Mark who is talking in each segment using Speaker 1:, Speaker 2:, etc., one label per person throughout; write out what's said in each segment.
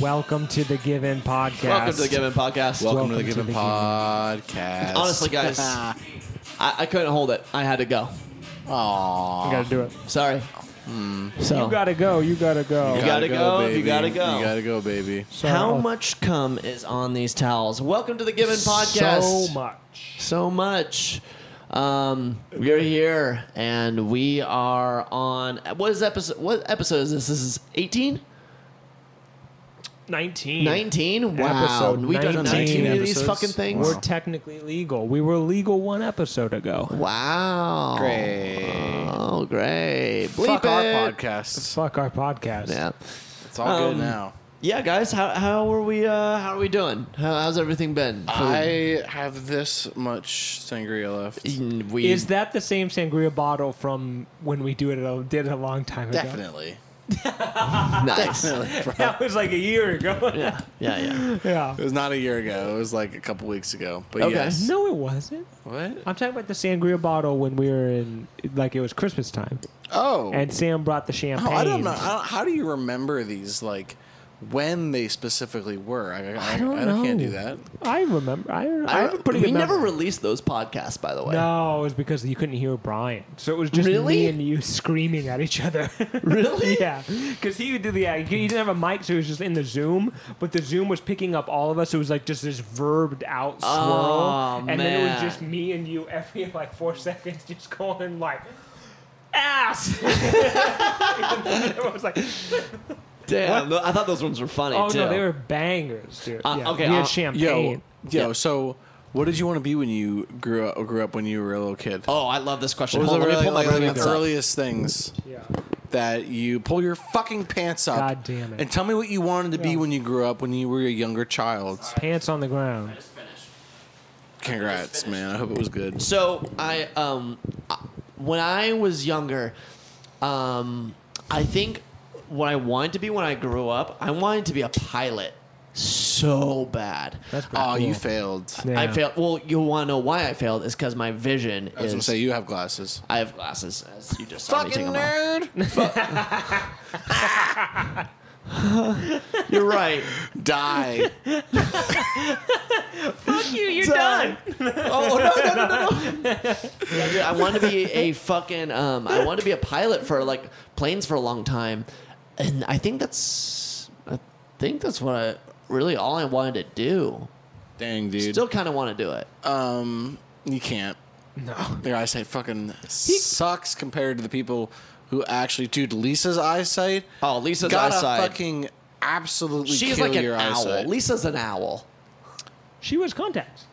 Speaker 1: Welcome to the Give In Podcast.
Speaker 2: Welcome to the Given Podcast.
Speaker 1: Welcome
Speaker 2: Well,
Speaker 1: to
Speaker 3: Welcome, to the
Speaker 1: the
Speaker 3: Given
Speaker 1: Given.
Speaker 3: Podcast.
Speaker 2: honestly, guys, I, I couldn't hold it. I had to go.
Speaker 3: Aw.
Speaker 1: You gotta do it.
Speaker 2: Sorry. So,
Speaker 1: You gotta go. You gotta go.
Speaker 2: You gotta go, you
Speaker 3: baby.
Speaker 2: gotta go.
Speaker 3: You gotta go, baby.
Speaker 1: So-
Speaker 2: how much cum is on these towels? Welcome to the Given Podcast.
Speaker 1: So much.
Speaker 2: so much. Um, we're here and we are on what is episode? What episode is this? This is 18,
Speaker 1: Nineteen.
Speaker 2: 19. Wow,
Speaker 1: Episode
Speaker 2: we've done
Speaker 1: 19
Speaker 2: 19 of these
Speaker 3: episodes.
Speaker 2: fucking things.
Speaker 1: We're technically legal. We were legal one episode ago.
Speaker 2: Wow,
Speaker 3: Great.
Speaker 2: oh great, Bleep
Speaker 3: Fuck our
Speaker 2: it.
Speaker 3: podcast.
Speaker 1: Fuck our podcast.
Speaker 2: Yeah,
Speaker 3: It's all
Speaker 2: Um,
Speaker 3: good now.
Speaker 2: yeah, guys, how how are we? Uh, how are we doing? How, how's everything been?
Speaker 3: I have this much sangria left.
Speaker 2: Mm, we
Speaker 1: Is that the same sangria bottle from when we do it? A, did it a long time ago.
Speaker 3: Definitely.
Speaker 2: nice. yeah,
Speaker 3: Definitely, bro.
Speaker 1: That was like a year ago.
Speaker 2: yeah, yeah.
Speaker 1: yeah.
Speaker 3: It was not a year ago. It was like a couple weeks ago. But
Speaker 2: Okay.
Speaker 3: yes.
Speaker 1: No, it wasn't.
Speaker 3: What?
Speaker 1: I'm talking about the sangria bottle when we were in, like it was Christmas time,
Speaker 3: Oh.
Speaker 1: and Sam brought the
Speaker 3: Oh,
Speaker 1: champagne.
Speaker 3: I don't know. I don't, how do you remember these? Like when they specifically were? I, I,
Speaker 1: I don't
Speaker 3: I can't
Speaker 1: know.
Speaker 3: do that.
Speaker 1: I remember. I, I, have a pretty
Speaker 2: we
Speaker 1: good
Speaker 2: never
Speaker 1: memory.
Speaker 2: released those podcasts, by the way.
Speaker 1: No, it was because you couldn't hear Brian, so it was just
Speaker 2: Really?
Speaker 1: me and you screaming at each other.
Speaker 2: Really?
Speaker 1: yeah, because he would do the yeah, he didn't have a mic, so he was just in the Zoom. But the Zoom was picking up all of us. It was like just this verbed out swirl,
Speaker 2: Oh,
Speaker 1: and then it was
Speaker 2: man.
Speaker 1: just me and you every like four seconds, just going like ass. it was like,
Speaker 2: Damn, I thought those ones were funny
Speaker 1: oh
Speaker 2: too.
Speaker 1: no, they were bangers, dude.
Speaker 2: Uh,
Speaker 1: yeah,
Speaker 2: okay,
Speaker 1: we had
Speaker 2: uh,
Speaker 1: champagne.
Speaker 3: Yo, yo. So, what did you want to be when you grew up? Grew up when you were a little kid?
Speaker 2: Oh, I love this question.
Speaker 3: what was
Speaker 2: Hold
Speaker 3: the
Speaker 2: on, let me
Speaker 3: really,
Speaker 2: pull my
Speaker 3: like, the
Speaker 2: pants up.
Speaker 3: earliest things
Speaker 1: Yeah.
Speaker 3: that you pull your fucking pants up?
Speaker 1: God damn it.
Speaker 3: And tell me what you wanted to be
Speaker 1: Yeah.
Speaker 3: when you grew up, when you were a younger child.
Speaker 1: Pants on the ground.
Speaker 3: Congrats, man. I hope it was good.
Speaker 2: So I um I- when I was younger, um I think what I wanted to be when I grew up, I wanted to be a pilot so bad.
Speaker 1: That's pretty
Speaker 3: Oh,
Speaker 1: cool.
Speaker 3: you failed.
Speaker 1: Yeah.
Speaker 2: I failed. Well, you want to know why I failed is because my vision
Speaker 3: I was gonna
Speaker 2: is.
Speaker 3: say you have glasses.
Speaker 2: I have glasses, as you just saw me take them off. You're right.
Speaker 3: Die.
Speaker 1: Fuck you, you're
Speaker 2: done. Oh no no no no! no. Yeah, dude, I wanted to be a fucking. Um, I wanted to be a pilot for like planes for a long time, and I think that's. I think that's what I really all I wanted to do.
Speaker 3: Dang, dude.
Speaker 2: Still kind of want to do it.
Speaker 3: Um, you can't.
Speaker 1: No.
Speaker 3: Their eyesight fucking sucks compared to the people who actually. Dude, Lisa's eyesight.
Speaker 2: Oh, Lisa's
Speaker 3: gotta
Speaker 2: eyesight.
Speaker 3: fucking absolutely.
Speaker 2: She's
Speaker 3: kill
Speaker 2: like an
Speaker 3: your
Speaker 2: owl.
Speaker 3: eyesight.
Speaker 2: Lisa's an owl.
Speaker 1: She was contacts.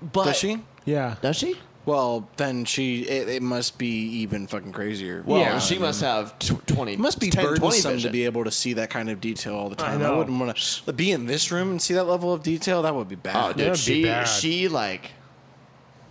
Speaker 2: But
Speaker 3: Does she?
Speaker 1: Yeah.
Speaker 2: Does she?
Speaker 3: Well, then she. It, it must be even fucking crazier.
Speaker 2: Well,
Speaker 1: Yeah.
Speaker 2: she must have tw- twenty.
Speaker 3: It must be
Speaker 2: 10, 20
Speaker 3: burdensome to
Speaker 2: vision.
Speaker 3: be able to see that kind of detail all the time. I,
Speaker 1: know.
Speaker 3: wouldn't want to be in this room and see that level of detail. That would be bad.
Speaker 2: Oh, dude,
Speaker 1: That'd be
Speaker 2: she
Speaker 1: bad.
Speaker 2: she like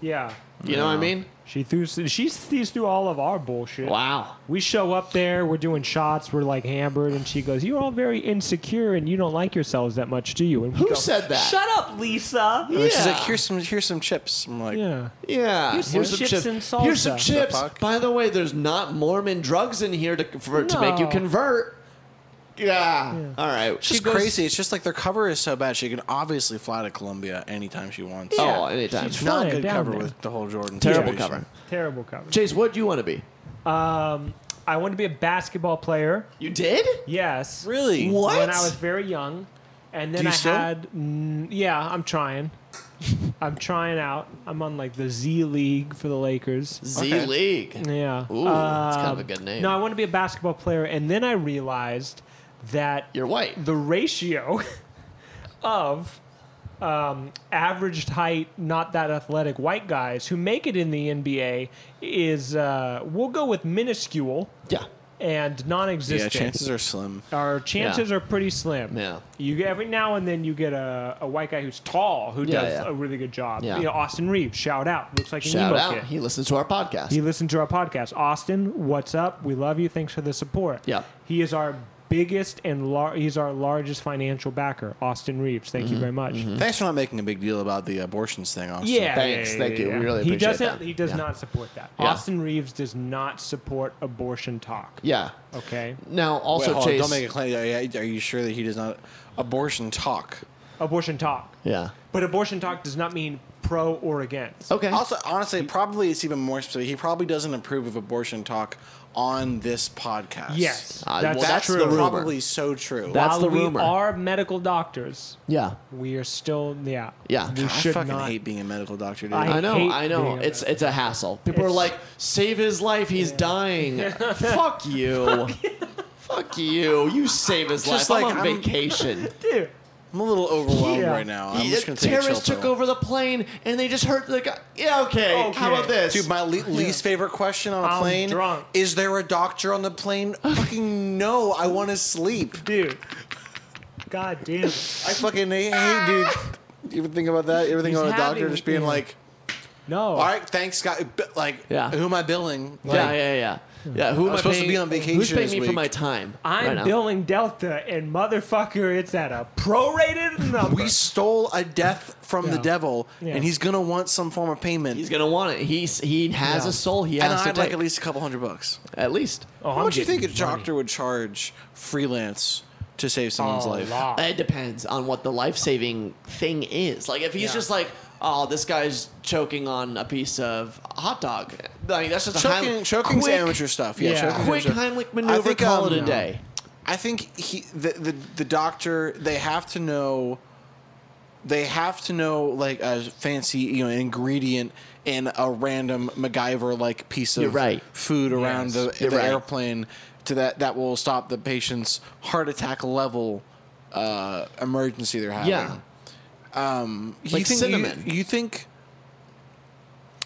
Speaker 1: Yeah.
Speaker 2: you know what I mean?
Speaker 1: She threw. She sees through all of our bullshit.
Speaker 2: Wow.
Speaker 1: We show up there. We're doing shots. We're like hammered, and she goes, "You're all very insecure, and you don't like yourselves that much, do you?" And we
Speaker 2: Who
Speaker 1: go,
Speaker 2: said that?
Speaker 1: Shut up, Lisa.
Speaker 3: And then She's
Speaker 2: Yeah.
Speaker 3: like, here's some, here's some chips. I'm like,
Speaker 1: Yeah.
Speaker 2: Yeah.
Speaker 1: Here's some chips and salsa.
Speaker 2: Here's some
Speaker 1: The
Speaker 2: chips.
Speaker 3: fuck?
Speaker 2: By the way, there's not Mormon drugs in here to for, to make you
Speaker 1: No.
Speaker 2: convert. Yeah. All right.
Speaker 3: It's just crazy. It's just like their cover is so bad. She can obviously fly to Colombia anytime she wants.
Speaker 2: Yeah. Oh, anytime.
Speaker 1: She's
Speaker 3: not
Speaker 1: flying
Speaker 3: a good
Speaker 1: down
Speaker 3: cover
Speaker 1: there.
Speaker 3: with the whole Jordan.
Speaker 2: Terrible
Speaker 3: situation.
Speaker 2: cover.
Speaker 1: Terrible coverage.
Speaker 2: Chase, what do you want to be?
Speaker 1: Um, I wanted to be a basketball player.
Speaker 2: You did?
Speaker 1: Yes.
Speaker 3: Really?
Speaker 2: What?
Speaker 1: When I was very young, and then
Speaker 3: Do you
Speaker 1: I
Speaker 3: still?
Speaker 1: had. Mm, yeah, I'm trying. I'm trying out. I'm on like the Z League for the Lakers.
Speaker 2: Z
Speaker 3: Okay.
Speaker 2: League.
Speaker 1: Yeah. Uh,
Speaker 2: Ooh, that's kind of a good name.
Speaker 1: No, I want to be a basketball player, and then I realized that
Speaker 2: You're white.
Speaker 1: the ratio of um, averaged height, not that athletic white guys who make it in the NBA is uh, we'll go with minuscule
Speaker 2: Yeah.
Speaker 1: and
Speaker 3: Yeah,
Speaker 1: non-existent.
Speaker 3: chances are slim.
Speaker 1: Our chances are pretty slim.
Speaker 2: Yeah.
Speaker 1: You get, every now and then you get a, a white guy who's tall who
Speaker 2: Yeah,
Speaker 1: does
Speaker 2: yeah.
Speaker 1: a really good job.
Speaker 2: Yeah.
Speaker 1: You know, Austin Reeves, shout out. Looks like an
Speaker 2: Shout
Speaker 1: emo
Speaker 2: out.
Speaker 1: kid.
Speaker 2: He listens to our podcast.
Speaker 1: He listened to our podcast. Austin, what's up? We love you. Thanks for the support.
Speaker 2: Yeah.
Speaker 1: He is our biggest and lar- he's our largest financial backer, Austin Reeves. Thank
Speaker 2: Mm-hmm.
Speaker 1: you very much.
Speaker 3: Thanks for not making a big deal about the abortions thing, Austin.
Speaker 1: Yeah,
Speaker 2: Thanks.
Speaker 1: yeah, yeah,
Speaker 2: Thank you. We
Speaker 1: yeah.
Speaker 2: really
Speaker 1: he
Speaker 2: appreciate
Speaker 1: doesn't.
Speaker 2: that.
Speaker 1: He does
Speaker 2: Yeah.
Speaker 1: not support that.
Speaker 2: Yeah.
Speaker 1: Austin Reeves does not support abortion talk.
Speaker 2: Yeah.
Speaker 1: Okay,
Speaker 2: Now,
Speaker 3: Wait,
Speaker 2: also,
Speaker 3: hold on,
Speaker 2: Chase.
Speaker 3: don't make a claim. Are- Are you sure that he does not abortion talk?
Speaker 1: abortion talk.
Speaker 2: yeah.
Speaker 1: But abortion talk does not mean pro or against.
Speaker 2: Okay.
Speaker 3: Also, honestly, probably it's even more specific. He probably doesn't approve of abortion talk on this podcast.
Speaker 1: Yes,
Speaker 2: Uh,
Speaker 1: that's,
Speaker 2: well,
Speaker 3: that's
Speaker 2: true.
Speaker 3: the
Speaker 2: rumor.
Speaker 3: probably so true.
Speaker 2: That- that's
Speaker 1: while
Speaker 2: the
Speaker 1: we
Speaker 2: rumor.
Speaker 1: are medical doctors.
Speaker 2: yeah.
Speaker 1: We are still yeah
Speaker 2: Yeah.
Speaker 1: We
Speaker 2: I
Speaker 3: I
Speaker 1: should
Speaker 3: fucking
Speaker 1: not.
Speaker 3: hate being a medical doctor. Dude.
Speaker 1: I
Speaker 2: I know,
Speaker 1: hate
Speaker 2: I
Speaker 1: being
Speaker 2: know.
Speaker 1: a
Speaker 2: It's it's a hassle. People are
Speaker 1: It's-
Speaker 2: like, save his life, he's dying. Fuck you. Fuck you. You save his
Speaker 3: Just
Speaker 2: life.
Speaker 3: like
Speaker 2: I'm on
Speaker 3: I'm-
Speaker 2: vacation.
Speaker 1: Dude,
Speaker 3: I'm a little overwhelmed
Speaker 1: Yeah.
Speaker 3: right now. I'm
Speaker 2: He-
Speaker 3: just gonna take a chill
Speaker 2: terrorists took
Speaker 3: pill.
Speaker 2: over the plane and they just hurt the guy. Yeah, okay. How
Speaker 1: Okay.
Speaker 2: about this?
Speaker 3: Dude, my le- least favorite question on a
Speaker 1: I'm
Speaker 3: plane
Speaker 1: drunk.
Speaker 3: is there a doctor on the plane? fucking no, I want to sleep.
Speaker 1: dude. God damn. it.
Speaker 3: I fucking hate, hate dude. You ever think about that? You ever think
Speaker 1: He's
Speaker 3: about a doctor
Speaker 1: having-
Speaker 3: just being
Speaker 1: yeah.
Speaker 3: like,
Speaker 1: No.
Speaker 3: all right, thanks, God. Like,
Speaker 2: Oh. Yeah.
Speaker 3: who am I billing? Like,
Speaker 2: yeah, yeah, yeah. Yeah, who am I
Speaker 3: supposed to
Speaker 2: paying-
Speaker 3: be on vacation
Speaker 2: Who's paying
Speaker 3: this
Speaker 2: me for
Speaker 3: week?
Speaker 2: my time? right
Speaker 1: I'm
Speaker 2: now?
Speaker 1: billing Delta, and motherfucker, it's at a prorated number.
Speaker 3: We stole a death from the
Speaker 1: Yeah.
Speaker 3: devil,
Speaker 1: Yeah.
Speaker 3: and he's gonna want some form of payment.
Speaker 2: He's gonna want it. He's he has
Speaker 1: Yeah.
Speaker 2: a soul. He
Speaker 3: and
Speaker 2: has to
Speaker 3: I'd like
Speaker 2: take
Speaker 3: at least a couple hundred bucks.
Speaker 2: at least.
Speaker 1: Oh,
Speaker 3: How
Speaker 1: I'm
Speaker 3: much do you
Speaker 1: getting
Speaker 3: think a
Speaker 1: money.
Speaker 3: doctor would charge freelance to save someone's
Speaker 1: A
Speaker 3: life?
Speaker 1: lot.
Speaker 2: Uh, It depends on what the life saving thing is. Like if he's
Speaker 1: Yeah.
Speaker 2: just like, oh, this guy's choking on a piece of hot dog. Like that's just a
Speaker 3: Choking,
Speaker 2: Heim-
Speaker 3: choking's
Speaker 2: quick,
Speaker 3: amateur stuff. Yeah,
Speaker 1: Yeah.
Speaker 3: choking's
Speaker 2: Quick
Speaker 3: amateur.
Speaker 2: Heimlich maneuver.
Speaker 3: I think,
Speaker 2: call
Speaker 3: um,
Speaker 2: it a day.
Speaker 3: I think he, the, the the doctor they have to know. They have to know like a fancy you know ingredient in a random MacGyver like piece
Speaker 2: You're
Speaker 3: of
Speaker 2: right.
Speaker 3: food around
Speaker 1: Yes.
Speaker 3: the,
Speaker 2: You're
Speaker 3: the
Speaker 2: right.
Speaker 3: airplane to that that will stop the patient's heart attack level uh, emergency they're having. Um,
Speaker 2: Yeah.
Speaker 3: You
Speaker 2: Like
Speaker 3: think-
Speaker 2: cinnamon.
Speaker 3: You, you think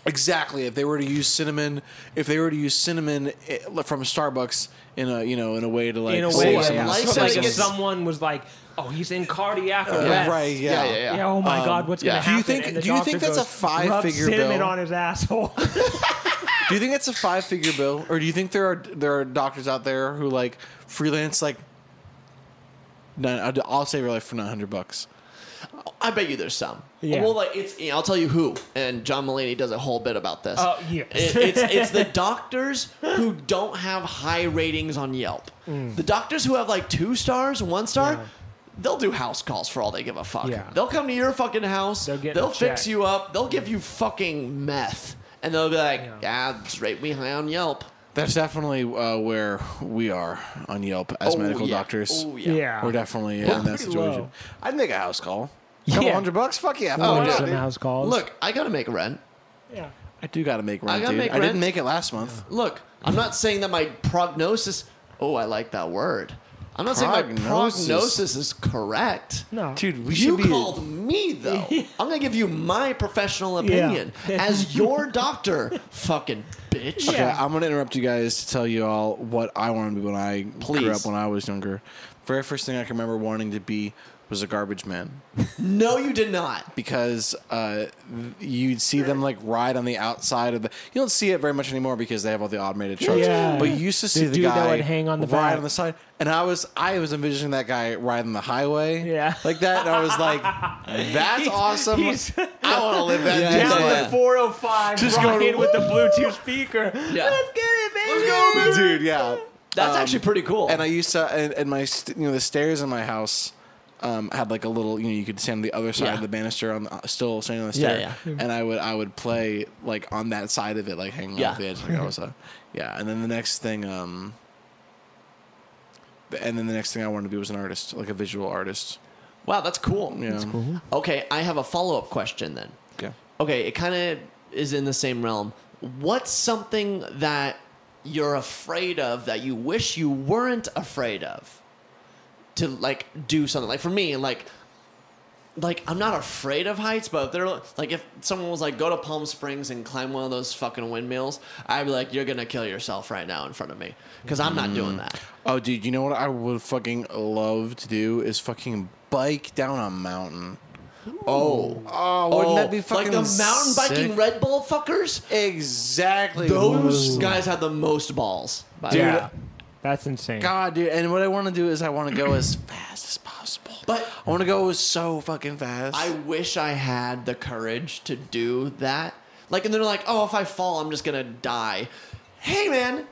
Speaker 3: exactly if they were to use cinnamon, if they were to use cinnamon eh, from Starbucks in a you know in a way to like
Speaker 1: in a
Speaker 3: save
Speaker 1: way,
Speaker 2: yeah, life
Speaker 3: someone's-
Speaker 1: like,
Speaker 3: save
Speaker 1: like
Speaker 2: saving
Speaker 1: if
Speaker 3: someone's-
Speaker 2: is-
Speaker 1: someone was like, "Oh, he's in cardiac arrest."
Speaker 3: Uh, right, yeah.
Speaker 2: yeah, yeah.
Speaker 1: Yeah, oh my God, what's gonna
Speaker 2: yeah. Do
Speaker 3: you
Speaker 1: happen?
Speaker 3: think-
Speaker 1: And the
Speaker 3: do you think
Speaker 1: doctor
Speaker 3: that's a
Speaker 1: goes,
Speaker 3: five-figure
Speaker 1: Rub cinnamon
Speaker 3: bill?"
Speaker 1: on his asshole.
Speaker 3: Do you think it's a five figure bill, or do you think there are there are doctors out there who like freelance like? No, I'll- I'll save your life for nine hundred bucks.
Speaker 2: I bet you there's some.
Speaker 1: Yeah.
Speaker 2: Well, like it's you know, I'll tell you who, and John Mulaney does a whole bit about this.
Speaker 1: Oh, yes.
Speaker 2: It- it's it's the doctors who don't have high ratings on Yelp. The doctors who have like two stars, one star.
Speaker 1: Mm. Yeah.
Speaker 2: They'll do house calls for all they give a fuck.
Speaker 1: Yeah.
Speaker 2: They'll come to your fucking house.
Speaker 1: They'll get
Speaker 2: they'll
Speaker 1: a
Speaker 2: fix
Speaker 1: check.
Speaker 2: you up. They'll give you fucking meth, and they'll be like,
Speaker 1: Yeah.
Speaker 2: "Yeah, just rate me high on Yelp."
Speaker 3: That's definitely uh, where we are on Yelp as
Speaker 2: Oh,
Speaker 3: medical
Speaker 2: yeah.
Speaker 3: doctors.
Speaker 2: Oh yeah.
Speaker 1: yeah,
Speaker 3: We're definitely in that
Speaker 1: pretty
Speaker 3: situation.
Speaker 1: low.
Speaker 3: I'd make a house call.
Speaker 1: Yeah.
Speaker 3: Couple hundred bucks? Fuck yeah.
Speaker 1: Oh,
Speaker 3: fuck yeah,
Speaker 1: some
Speaker 3: dude.
Speaker 1: house calls.
Speaker 2: Look, I gotta make rent.
Speaker 1: yeah.
Speaker 3: I do gotta make rent,
Speaker 2: I gotta
Speaker 3: dude.
Speaker 2: make
Speaker 3: I didn't
Speaker 2: rent.
Speaker 3: make it last month.
Speaker 2: Look, I'm not saying that my prognosis. Oh, I like that word. I'm not saying my
Speaker 3: Prognosis.
Speaker 2: prognosis is correct.
Speaker 1: No.
Speaker 3: Dude, we
Speaker 2: you
Speaker 3: should be
Speaker 2: called me though. I'm gonna give you my professional
Speaker 1: Yeah.
Speaker 2: opinion as your doctor, fucking bitch.
Speaker 1: Yeah.
Speaker 3: Okay, I'm gonna interrupt you guys to tell you all what I wanted to be when I
Speaker 2: Please.
Speaker 3: grew up when I was younger. Very first thing I can remember wanting to be was a garbage man.
Speaker 2: No, you did not.
Speaker 3: because uh, you'd see them like ride on the outside of the. You don't see it very much anymore because they have all the automated trucks.
Speaker 1: Yeah.
Speaker 3: But you used to see the,
Speaker 1: dude that
Speaker 3: guy
Speaker 1: would hang on the
Speaker 3: ride
Speaker 1: back.
Speaker 3: on the side, and I was I was envisioning that guy riding the highway,
Speaker 1: Yeah.
Speaker 3: like that. And I was like, that's awesome.
Speaker 1: he's-
Speaker 3: I want to live that
Speaker 2: Yeah,
Speaker 3: dude's
Speaker 2: he's
Speaker 1: Down
Speaker 2: like-
Speaker 3: life.
Speaker 1: the 405,
Speaker 3: Just
Speaker 1: rocking
Speaker 3: going-
Speaker 1: with the Bluetooth speaker.
Speaker 2: Yeah.
Speaker 1: Let's get it, baby.
Speaker 3: dude. Yeah.
Speaker 2: That's
Speaker 3: Um,
Speaker 2: actually pretty cool.
Speaker 3: And I used to, and, and my, st- you know, the stairs in my house um, had like a little, you know, you could stand on the other side
Speaker 2: Yeah.
Speaker 3: of the banister on the, still standing on the
Speaker 2: Yeah,
Speaker 3: stair.
Speaker 2: yeah.
Speaker 3: And I would, I would play like on that side of it, like hanging
Speaker 2: Yeah.
Speaker 3: off the edge, like I was a, yeah. And then the next thing, um, and then the next thing I wanted to be was an artist, like a visual artist.
Speaker 2: wow, that's cool.
Speaker 3: Yeah. That's cool.
Speaker 2: Okay, I have a follow up question then.
Speaker 3: Yeah.
Speaker 2: Okay, it kind of is in the same realm. What's something that you're afraid of that you wish you weren't afraid of to like do something? Like for me, like like I'm not afraid of heights, but if they're like if someone was like go to Palm Springs and climb one of those fucking windmills, I'd be like you're going to kill yourself right now in front of me cuz I'm not doing that.
Speaker 3: Oh, dude, you know what I would fucking love to do is fucking bike down a mountain.
Speaker 2: Oh.
Speaker 3: Oh, wouldn't that be
Speaker 2: like
Speaker 3: fucking
Speaker 2: the mountain biking
Speaker 3: sick?
Speaker 2: Red Bull fuckers?
Speaker 3: Exactly.
Speaker 2: Those guys had the most balls. by the
Speaker 3: Dude,
Speaker 2: way.
Speaker 1: Yeah. That's insane.
Speaker 3: God, dude. And what I want to do is I want to go as fast as possible.
Speaker 2: But-
Speaker 3: I want to go so fucking fast.
Speaker 2: I wish I had the courage to do that. Like, and they're like, oh, if I fall, I'm just gonna die. Hey, man.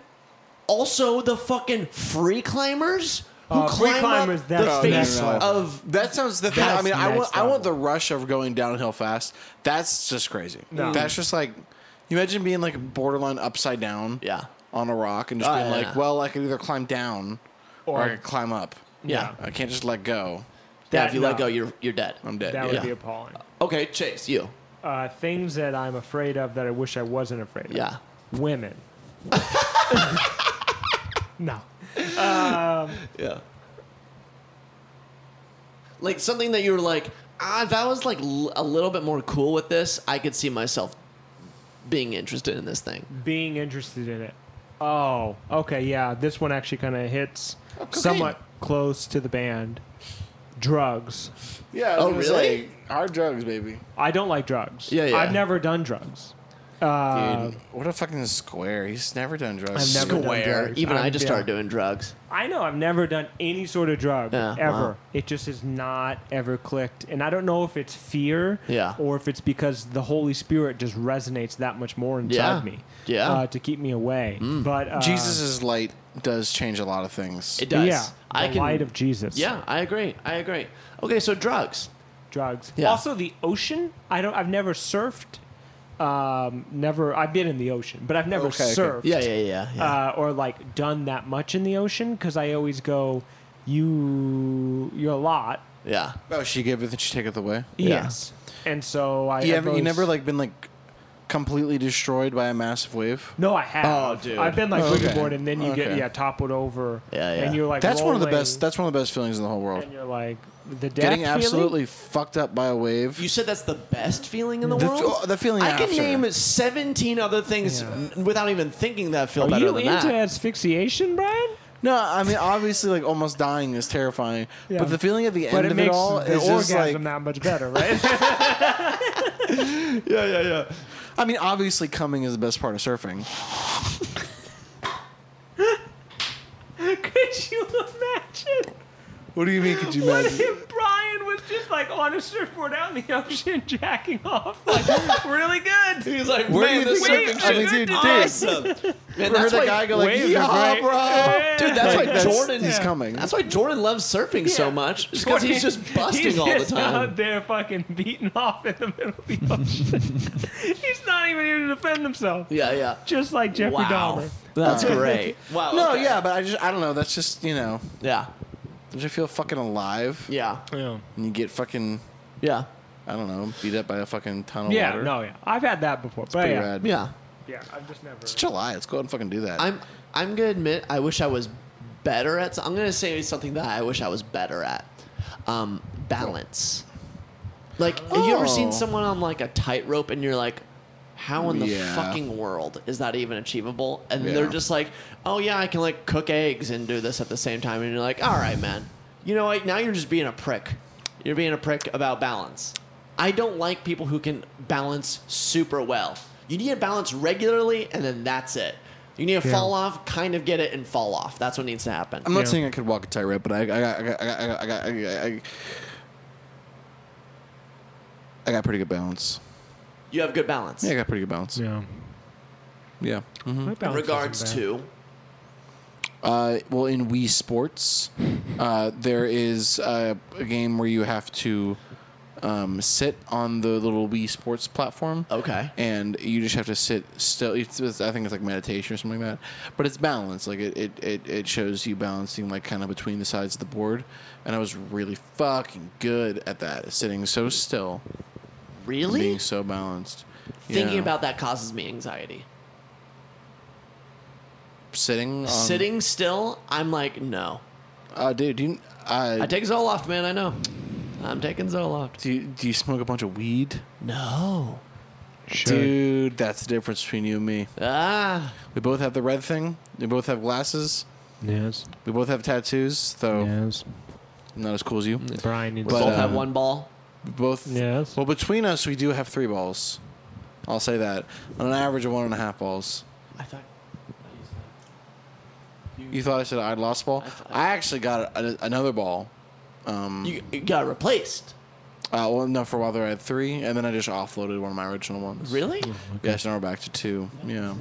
Speaker 2: Also, the fucking free climbers who
Speaker 1: Uh, free
Speaker 2: climb
Speaker 1: climbers,
Speaker 2: up
Speaker 1: that's
Speaker 2: the
Speaker 1: next
Speaker 2: face
Speaker 1: level.
Speaker 2: of
Speaker 3: that sounds the thing.
Speaker 1: That's
Speaker 3: I mean, I
Speaker 1: next
Speaker 3: want I
Speaker 1: level.
Speaker 3: want the rush of going downhill fast. That's just crazy.
Speaker 1: No.
Speaker 3: That's just like you imagine being like borderline upside down.
Speaker 2: Yeah.
Speaker 3: On a rock and just
Speaker 2: Oh,
Speaker 3: being
Speaker 2: yeah,
Speaker 3: like,
Speaker 2: yeah.
Speaker 3: well, I could either climb down or, I
Speaker 1: Or-
Speaker 3: could climb up.
Speaker 2: yeah.
Speaker 3: I can't just let go.
Speaker 2: Yeah,
Speaker 1: That-
Speaker 2: if you
Speaker 1: no.
Speaker 2: let go, you're you're dead.
Speaker 3: I'm dead.
Speaker 1: that
Speaker 3: yeah.
Speaker 1: would
Speaker 2: Yeah.
Speaker 1: be appalling.
Speaker 2: Okay, Chase, you.
Speaker 1: Uh, things that I'm afraid of that I wish I wasn't afraid of.
Speaker 2: Yeah.
Speaker 1: Women. no.
Speaker 2: Yeah. Like something that you were like, ah, if I was like l- a little bit more cool with this, I could see myself being interested in this thing.
Speaker 1: Being interested in it. Oh, okay. Yeah. This one actually kind of hits
Speaker 2: Oh,
Speaker 1: somewhat close to the band. Drugs.
Speaker 3: Yeah. I
Speaker 2: Oh,
Speaker 3: gonna
Speaker 2: really?
Speaker 3: say, hard drugs, baby.
Speaker 1: I don't like drugs.
Speaker 2: Yeah, yeah.
Speaker 1: I've never done drugs. Uh,
Speaker 3: What a fucking square. He's never done drugs.
Speaker 1: I've never done
Speaker 2: Square.
Speaker 1: drugs.
Speaker 2: Even
Speaker 1: I'm-
Speaker 2: I just
Speaker 1: yeah.
Speaker 2: started doing drugs.
Speaker 1: I know I've never done any sort of drug
Speaker 2: Yeah,
Speaker 1: ever.
Speaker 2: wow.
Speaker 1: It just is not ever clicked, and I don't know if it's fear,
Speaker 2: Yeah.
Speaker 1: or if it's because the Holy Spirit just resonates that much more inside
Speaker 2: Yeah.
Speaker 1: me,
Speaker 2: Yeah. Mm.
Speaker 1: uh, to keep me away. But uh,
Speaker 3: Jesus' light does change a lot of things.
Speaker 2: It does.
Speaker 1: yeah,
Speaker 2: I
Speaker 1: the
Speaker 2: can,
Speaker 1: light of Jesus,
Speaker 2: Yeah, I agree. I agree. Okay, so drugs.
Speaker 1: drugs.
Speaker 2: Yeah.
Speaker 1: Also, the ocean. I don't. I've never surfed. Um, never. I've been in the ocean, but I've never
Speaker 3: Okay, okay.
Speaker 1: surfed.
Speaker 2: Yeah, yeah, yeah. yeah.
Speaker 1: uh, or like done that much in the ocean because I always go, you, you're a lot.
Speaker 2: yeah.
Speaker 3: oh, she giveth and she taketh away.
Speaker 1: Yes. And so I
Speaker 3: You
Speaker 1: have
Speaker 3: haven't. You
Speaker 1: those-
Speaker 3: never like been like completely destroyed by a massive wave.
Speaker 1: No, I have.
Speaker 2: Oh, dude.
Speaker 1: I've been like
Speaker 3: Oh,
Speaker 1: boogie
Speaker 3: okay.
Speaker 1: board, and then you get
Speaker 3: Okay.
Speaker 1: yeah toppled over.
Speaker 2: Yeah, yeah.
Speaker 1: And you're like
Speaker 3: That's one of the
Speaker 1: rolling,
Speaker 3: best. That's one of the best feelings in the whole world.
Speaker 1: and you're like the death
Speaker 3: Getting
Speaker 1: feeling?
Speaker 3: absolutely fucked up by a wave.
Speaker 2: You said that's the best feeling in the,
Speaker 3: The f-
Speaker 2: world?
Speaker 3: oh, the feeling
Speaker 2: I can
Speaker 3: after.
Speaker 2: name 17 other things
Speaker 1: Yeah.
Speaker 2: n- without even thinking that I feel
Speaker 1: Are
Speaker 2: better
Speaker 1: you
Speaker 2: than
Speaker 1: into
Speaker 2: that.
Speaker 1: asphyxiation, Brian?
Speaker 3: no, I mean obviously like almost dying is terrifying,
Speaker 1: Yeah.
Speaker 3: but the feeling at the
Speaker 1: But
Speaker 3: end
Speaker 1: it
Speaker 3: of
Speaker 1: makes
Speaker 3: it all
Speaker 1: the
Speaker 3: is just
Speaker 1: orgasm
Speaker 3: like.
Speaker 1: that much better, right?
Speaker 2: Yeah, yeah, yeah.
Speaker 3: I mean, obviously, coming is the best part of surfing.
Speaker 1: Could you imagine
Speaker 3: What do you mean? Could you
Speaker 1: what if Brian was just like on a surfboard out in the ocean jacking off, like really good?
Speaker 2: He's like,
Speaker 3: Where
Speaker 2: man,
Speaker 3: do you
Speaker 2: this
Speaker 1: wait,
Speaker 3: think
Speaker 2: surfing
Speaker 3: surfing? I
Speaker 2: shit
Speaker 1: good
Speaker 3: mean, dude, dude.
Speaker 1: to
Speaker 2: awesome. Man,
Speaker 3: I
Speaker 2: that's
Speaker 3: heard that
Speaker 2: why,
Speaker 3: guy go like,
Speaker 1: Waves are
Speaker 3: "Yeah,
Speaker 1: great."
Speaker 3: bro."
Speaker 2: Dude, that's why
Speaker 3: That's-
Speaker 2: Jordan
Speaker 3: he's
Speaker 1: yeah.
Speaker 3: coming.
Speaker 2: That's why Jordan loves surfing so much. Because
Speaker 1: Jordan-
Speaker 2: he's just busting
Speaker 1: he's
Speaker 2: all the
Speaker 1: just
Speaker 2: time.
Speaker 1: out there fucking beating off in the middle of the ocean. he's not even here to defend himself.
Speaker 2: Yeah, yeah.
Speaker 1: Just like Jeffrey
Speaker 2: wow.
Speaker 1: Dahmer.
Speaker 2: That's great. Wow.
Speaker 3: No,
Speaker 2: okay.
Speaker 3: yeah, but I just I don't know. That's just you know,
Speaker 2: Yeah.
Speaker 3: don't you feel fucking alive?
Speaker 2: Yeah.
Speaker 1: Yeah.
Speaker 3: And you get fucking
Speaker 2: Yeah.
Speaker 3: I don't know, beat up by a fucking ton of
Speaker 1: Yeah,
Speaker 3: water.
Speaker 1: no, yeah. I've had that before. but
Speaker 3: Pretty
Speaker 1: Oh, yeah.
Speaker 3: rad.
Speaker 2: Yeah.
Speaker 1: Yeah, I've just never.
Speaker 3: It's July. Let's go ahead and fucking do that.
Speaker 2: I'm I'm gonna admit I wish I was better at. I'm gonna say something that I wish I was better at. Um, balance. Like, have you ever
Speaker 3: Oh.
Speaker 2: seen someone on like a tightrope and you're like, how in the
Speaker 3: Yeah.
Speaker 2: fucking world is that even achievable? And
Speaker 3: Yeah.
Speaker 2: they're just like, oh yeah, I can like cook eggs and do this at the same time. And you're like, all right, man. You know what? Now you're just being a prick. You're being a prick about balance. I don't like people who can balance super well. You need to balance regularly, and then that's it. You need to
Speaker 1: Yeah.
Speaker 2: fall off, kind of get it, and fall off. That's what needs to happen.
Speaker 3: I'm not
Speaker 1: Yeah.
Speaker 3: saying I could walk a tightrope, but I, I, got- I, got- I, got- I, got- I, got- I, got- I got pretty good balance.
Speaker 2: You have good balance.
Speaker 3: Yeah, I got pretty good balance. Yeah.
Speaker 1: Yeah. Mm-hmm. My
Speaker 2: In
Speaker 1: balance
Speaker 2: regards
Speaker 1: isn't bad.
Speaker 2: to
Speaker 3: Uh, well, in Wii Sports, uh, there is uh, a game where you have to um, sit on the little Wii Sports platform.
Speaker 2: okay,
Speaker 3: and you just have to sit still. It's, it's, I think it's like meditation or something like that. But it's balanced. Like it, it, it, it shows you balancing like kind of between the sides of the board. And I was really fucking good at that, sitting so still,
Speaker 2: really
Speaker 3: being so balanced. You
Speaker 2: thinking
Speaker 3: know,
Speaker 2: about that causes me anxiety.
Speaker 3: sitting, on,
Speaker 2: Sitting still, I'm like, no.
Speaker 3: Uh, dude, do you, uh,
Speaker 2: I take Zoloft, man. I know. I'm taking Zoloft.
Speaker 3: do you, do you smoke a bunch of weed?
Speaker 2: No.
Speaker 3: Dude, that's the difference between you and me.
Speaker 2: Ah.
Speaker 3: We both have the red thing. We both have glasses.
Speaker 1: Yes.
Speaker 3: We both have tattoos, though
Speaker 1: Yes.
Speaker 3: not as cool as you.
Speaker 1: Brian needs.
Speaker 2: We
Speaker 3: But,
Speaker 2: both
Speaker 3: uh,
Speaker 2: have one ball.
Speaker 3: We both.
Speaker 1: Yes.
Speaker 3: Well, between us, we do have three balls. I'll say that. On an average of one and a half balls.
Speaker 2: I thought. You
Speaker 3: You thought I said I'd lost ball? I actually got a, another ball.
Speaker 2: You, you got replaced.
Speaker 3: Uh, well, no, for a while there I had three, and then I just offloaded one of my original ones.
Speaker 2: Really?
Speaker 3: Yes, now we're back to two. Yeah.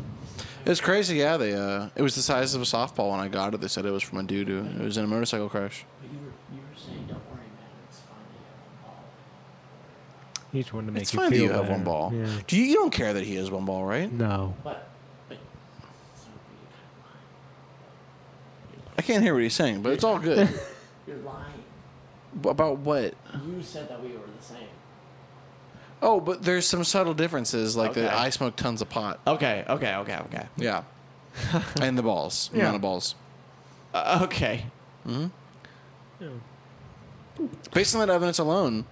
Speaker 3: It's crazy, yeah. They uh, it was the size of a softball when I got it. They said it was from a doo doo. It was in a motorcycle crash.
Speaker 2: You were, you were saying, don't worry, man. It's fine.
Speaker 1: Each one to make
Speaker 3: It's
Speaker 1: you
Speaker 3: fine that
Speaker 1: feel
Speaker 3: you have
Speaker 1: better.
Speaker 3: one ball.
Speaker 1: Yeah.
Speaker 3: Do you, you don't care that he has one ball, right?
Speaker 1: No.
Speaker 2: But,
Speaker 3: I can't hear what he's saying, but it's all good.
Speaker 2: you're lying.
Speaker 3: About what?
Speaker 2: You said that we were the same.
Speaker 3: Oh, but there's some subtle differences, like
Speaker 2: Okay.
Speaker 3: that I smoke tons of pot.
Speaker 2: Okay, okay, okay, okay.
Speaker 3: Yeah. and the balls.
Speaker 1: Yeah.
Speaker 3: Amount of balls.
Speaker 2: Uh, okay.
Speaker 3: Based on that evidence alone,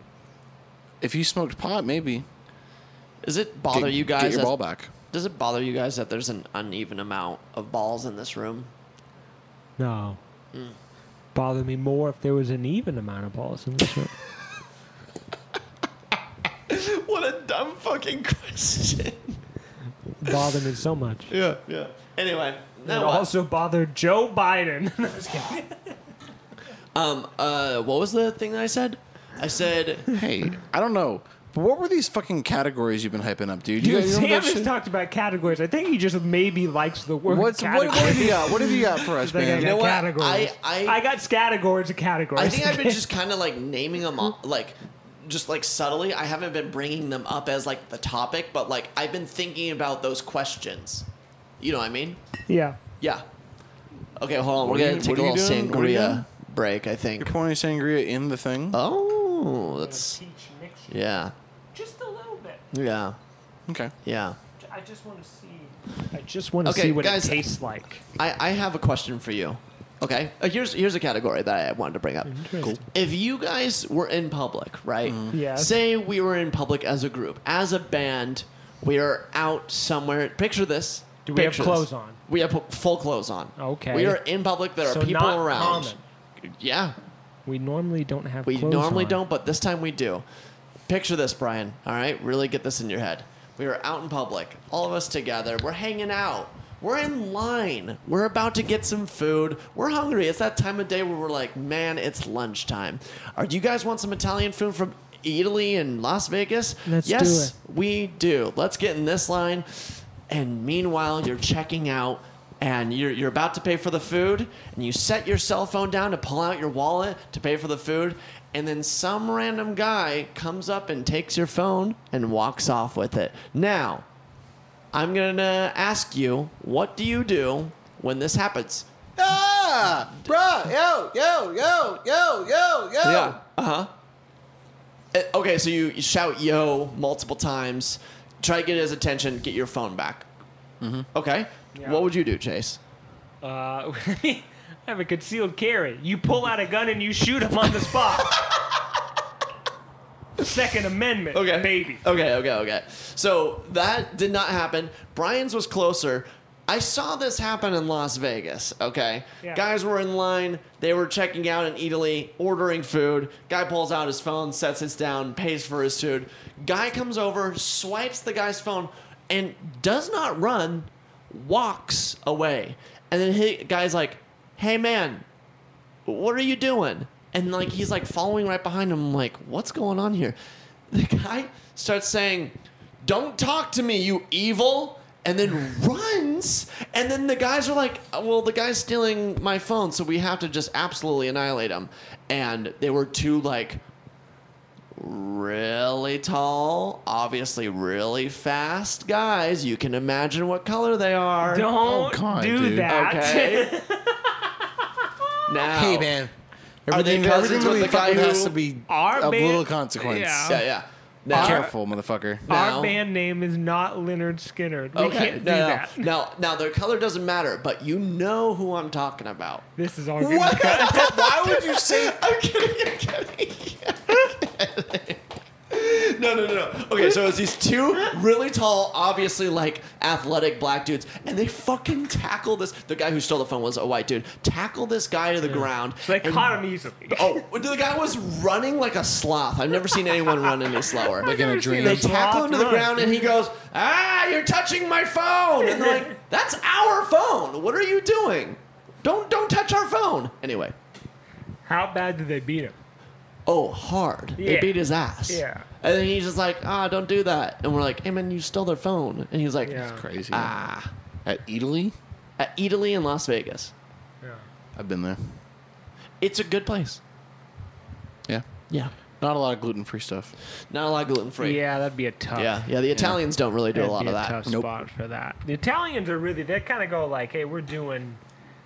Speaker 3: if you smoked pot, maybe
Speaker 2: Does it bother
Speaker 3: get,
Speaker 2: you
Speaker 3: get
Speaker 2: guys?
Speaker 3: your
Speaker 2: that-
Speaker 3: ball back.
Speaker 2: Does it bother you guys that there's an uneven amount of balls in this room?
Speaker 1: No. Bother me more if there was an even amount of balls in this room.
Speaker 2: What a dumb fucking question.
Speaker 1: Bother me so much. It
Speaker 2: yeah, yeah. Anyway, that
Speaker 1: also bothered Joe Biden.
Speaker 2: Um, uh, what was the thing that I said? I said,
Speaker 3: Hey, I don't know. But what were these fucking categories you've been hyping up, dude? You
Speaker 1: Dude,
Speaker 3: guys- you
Speaker 1: Sam
Speaker 3: know that
Speaker 1: has
Speaker 3: shit?
Speaker 1: talked about categories. I think he just maybe likes the word
Speaker 3: What's what,
Speaker 1: category.
Speaker 3: what have you got? What have you got for us,
Speaker 1: Like, I
Speaker 3: man?
Speaker 1: got
Speaker 2: you know what?
Speaker 1: categories.
Speaker 2: I- I-
Speaker 1: got categories of categories.
Speaker 2: I think I've been just kind of like naming them all, like just like subtly. I haven't been bringing them up as like the topic, but like I've been thinking about those questions. You know what I mean?
Speaker 1: yeah.
Speaker 2: Yeah. Okay, hold on.
Speaker 3: What
Speaker 2: We're
Speaker 3: are
Speaker 2: gonna
Speaker 3: you-
Speaker 2: take
Speaker 3: what
Speaker 2: a
Speaker 3: are you
Speaker 2: little
Speaker 3: doing? What are you doing?
Speaker 2: sangria break, I think.
Speaker 3: You're pouring sangria in the thing.
Speaker 2: Oh, that's yeah,
Speaker 1: Just a little bit.
Speaker 2: yeah,
Speaker 3: Okay.
Speaker 2: yeah.
Speaker 1: I just want to see. I just want to
Speaker 2: Okay,
Speaker 1: see what
Speaker 2: guys.
Speaker 1: it tastes like.
Speaker 2: I, I have a question for you. Okay, Uh, here's here's a category that I wanted to bring up.
Speaker 1: Interesting.
Speaker 2: If you guys were in public, right?
Speaker 1: Yes.
Speaker 2: Say we were in public as a group, as a band, we are out somewhere. Picture this.
Speaker 1: Do we have
Speaker 2: Picture
Speaker 1: clothes
Speaker 2: this.
Speaker 1: on?
Speaker 2: We have pu- full clothes on.
Speaker 1: Okay.
Speaker 2: We are in public. There are
Speaker 1: So
Speaker 2: people
Speaker 1: not
Speaker 2: around.
Speaker 1: common.
Speaker 2: Yeah,
Speaker 1: We normally don't have.
Speaker 2: we
Speaker 1: clothes
Speaker 2: normally
Speaker 1: on.
Speaker 2: don't, but this time we do. Picture this, Brian. All right, really get this in your head. We were out in public, all of us together. We're hanging out. We're in line. We're about to get some food. We're hungry. It's that time of day where we're like, man, it's lunchtime. Or do you guys want some Italian food from Italy and Las Vegas?
Speaker 1: Let's do
Speaker 2: yes,
Speaker 1: it.
Speaker 2: we do. Let's get in this line. And meanwhile, you're checking out and you're, you're about to pay for the food, and you set your cell phone down to pull out your wallet to pay for the food. And then some random guy comes up and takes your phone and walks off with it. Now, I'm going to ask you what do you do when this happens?
Speaker 3: Ah, bruh, yo, yo, yo, yo, yo, yo.
Speaker 2: Yeah. Uh huh. Okay, so you, you shout yo multiple times, try to get his attention, get your phone back. Mm-hmm. Okay.
Speaker 1: Yeah.
Speaker 2: What would you do, Chase?
Speaker 1: Uh, I have a concealed carry. You pull out a gun and you shoot him on the spot. Second Amendment,
Speaker 2: Okay.
Speaker 1: baby.
Speaker 2: Okay, okay, okay. So that did not happen. Brian's was closer. I saw this happen in Las Vegas, okay?
Speaker 1: Yeah.
Speaker 2: Guys were in line. They were checking out in Italy, ordering food. Guy pulls out his phone, sets it down, pays for his food. Guy comes over, swipes the guy's phone, and does not run, walks away. And then he, guy's like, hey, man, what are you doing? And like he's like following right behind him, like, what's going on here? The guy starts saying, Don't talk to me, you evil, and then runs. And then the guys are like, uh, Well, the guy's stealing my phone, so we have to just absolutely annihilate him. And they were two like really tall, obviously really fast guys. You can imagine what color they are.
Speaker 1: Don't
Speaker 3: God,
Speaker 1: do
Speaker 3: dude.
Speaker 1: that.
Speaker 2: Okay. now
Speaker 3: Hey, man.
Speaker 2: Are they
Speaker 3: Everything,
Speaker 2: cousins
Speaker 3: everything that
Speaker 2: with
Speaker 3: we
Speaker 2: the guy
Speaker 3: fucking has
Speaker 2: who-
Speaker 3: to be
Speaker 1: Our
Speaker 3: of
Speaker 1: man-
Speaker 3: little consequence.
Speaker 1: Yeah.
Speaker 2: Yeah, yeah.
Speaker 3: Be
Speaker 2: Now,
Speaker 3: careful, motherfucker.
Speaker 1: Our
Speaker 2: No.
Speaker 1: band name is not Leonard Skinner. We can't do
Speaker 2: no, no.
Speaker 1: that.
Speaker 2: Now, now their color doesn't matter, but you know who I'm talking about.
Speaker 1: This is all good. What?
Speaker 3: Why would you say
Speaker 2: I'm kidding. I'm kidding. I'm kidding. No, no, no, no. Okay, so it's these two really tall, obviously like athletic black dudes, and they fucking tackle this. The guy who stole the phone was a white dude. Tackle this guy to the ground.
Speaker 1: They
Speaker 2: and-
Speaker 1: caught him easily.
Speaker 2: Oh, the guy was running like a sloth. I've never seen anyone run any slower.
Speaker 1: I've never
Speaker 3: a
Speaker 1: seen
Speaker 3: dream.
Speaker 1: a
Speaker 2: They tackle him to the
Speaker 1: sloth run.
Speaker 2: ground and he goes, Ah, you're touching my phone. And they're like, That's our phone. What are you doing? Don't don't touch our phone. Anyway,
Speaker 1: How bad did they beat him?
Speaker 2: oh hard.
Speaker 1: Yeah.
Speaker 2: They beat his ass.
Speaker 1: Yeah.
Speaker 2: And then he's just like, ah, don't do that. And we're like, hey man, you stole their phone. And he's like,
Speaker 1: Yeah.
Speaker 4: Crazy.
Speaker 2: ah,
Speaker 4: Uh, At Italy,
Speaker 2: at Italy in Las Vegas.
Speaker 1: Yeah.
Speaker 4: I've been there.
Speaker 2: It's a good place.
Speaker 4: Yeah.
Speaker 2: Yeah.
Speaker 4: Not a lot of gluten free stuff.
Speaker 2: Not a lot of gluten free.
Speaker 1: Yeah, that'd be a tough.
Speaker 2: Yeah. Yeah. The Italians don't really do
Speaker 1: that'd
Speaker 2: a lot
Speaker 1: be
Speaker 2: of that.
Speaker 1: Tough spot for that. The Italians are really they kind of go like, hey, we're doing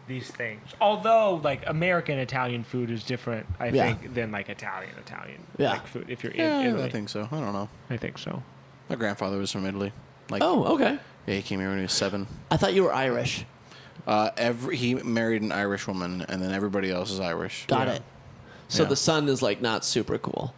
Speaker 1: these things. Although like American Italian food is different, I
Speaker 2: Yeah.
Speaker 1: think, than like Italian Italian
Speaker 2: Yeah.
Speaker 1: like food. If you're
Speaker 4: Yeah,
Speaker 1: in Italy,
Speaker 4: I think so. I don't know.
Speaker 1: I think so.
Speaker 4: My grandfather was from Italy. Like,
Speaker 2: Oh, okay.
Speaker 4: yeah, he came here when he was seven.
Speaker 2: I thought you were Irish.
Speaker 4: Uh, every he married an Irish woman, and then everybody else is Irish.
Speaker 2: Got
Speaker 1: Yeah.
Speaker 2: it. So
Speaker 4: Yeah.
Speaker 2: the son is like not super cool.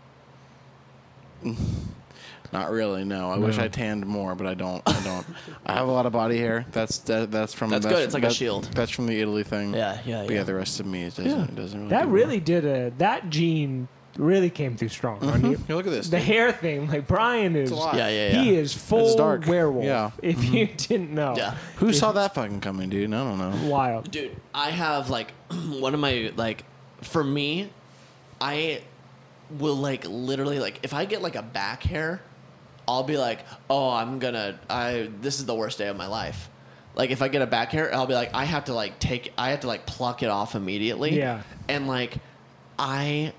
Speaker 4: Not really. No, I wish I tanned more, but I don't. I don't. I have a lot of body hair. That's that, that's from
Speaker 2: That's good. It's like a
Speaker 4: that-
Speaker 2: shield.
Speaker 4: That's from the Italy thing.
Speaker 2: Yeah, yeah,
Speaker 4: But yeah,
Speaker 2: yeah.
Speaker 4: the rest of me it doesn't. It doesn't really.
Speaker 1: That
Speaker 4: do
Speaker 1: really did a that gene really came through strong on
Speaker 2: Mm-hmm.
Speaker 1: you.
Speaker 4: much. Here, look at this.
Speaker 1: The
Speaker 4: dude.
Speaker 1: hair thing, like Brian is,
Speaker 4: a lot.
Speaker 2: Yeah, yeah, yeah.
Speaker 1: he is full
Speaker 4: dark.
Speaker 1: werewolf.
Speaker 4: Yeah. Mm-hmm.
Speaker 1: If you didn't know,
Speaker 2: Yeah.
Speaker 4: Who saw that fucking coming, dude? I don't know.
Speaker 1: wild.
Speaker 2: Dude, I have like one of my like for me, I will like literally like if I get like a back hair, I'll be like, "Oh, I'm going to I this is the worst day of my life." Like if I get a back hair, I'll be like, "I have to like take I have to like pluck it off immediately."
Speaker 1: Yeah.
Speaker 2: And like I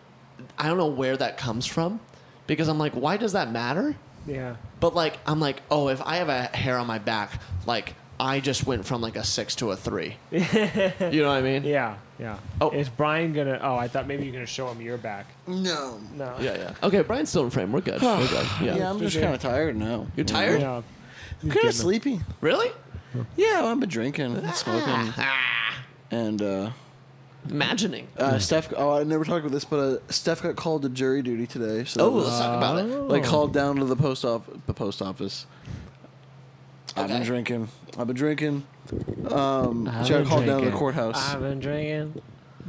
Speaker 2: I don't know where that comes from because I'm like, "Why does that matter?"
Speaker 1: Yeah.
Speaker 2: But like I'm like, oh, if I have a hair on my back, like I just went from like a six to a three. you know what I mean?
Speaker 1: Yeah, yeah.
Speaker 2: Oh.
Speaker 1: is Brian gonna? Oh, I thought maybe you're gonna show him your back.
Speaker 4: No.
Speaker 1: No.
Speaker 2: yeah, yeah. Okay, Brian's still in frame. We're good. We're good. Yeah.
Speaker 4: Yeah, I'm just
Speaker 1: Okay.
Speaker 4: kind of tired now.
Speaker 2: You're tired?
Speaker 1: Yeah.
Speaker 4: Kind of sleepy.
Speaker 2: Really? Ah,
Speaker 4: Yeah, well, I've been drinking,
Speaker 1: Ah.
Speaker 4: and smoking, and uh,
Speaker 2: Imagining.
Speaker 3: Uh, Steph, oh, I never talked about this, but uh, Steph got called to jury duty today. So
Speaker 2: Oh,
Speaker 3: that was-
Speaker 2: let's talk about it.
Speaker 3: like called down to the post off the post office.
Speaker 4: I've been
Speaker 2: Okay.
Speaker 4: drinking.
Speaker 3: I've been drinking. Um,
Speaker 1: I've
Speaker 3: she got
Speaker 1: been
Speaker 3: called down to
Speaker 1: drinking.
Speaker 3: the courthouse.
Speaker 1: I've been drinking